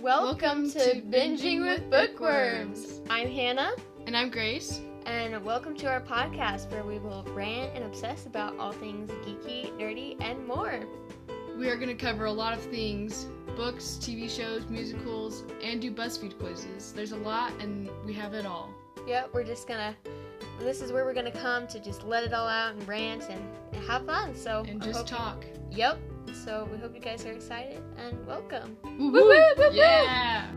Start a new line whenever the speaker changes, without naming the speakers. Welcome to Binging with Bookworms.
I'm Hannah,
And I'm Grace.
and welcome to our podcast where we will rant and obsess about all things geeky, nerdy, and more.
We are going to cover a lot of things books, TV shows, musicals, and do BuzzFeed quizzes. There's a lot, and we have it all.
Yep, we're just gonna. This is where we're gonna come to just let it all out and rant and, and have fun. So
And
I
just
hope you-
talk.
yep. So we hope you guys are excited and welcome.
Woo
woo, woo, woo.
Yeah!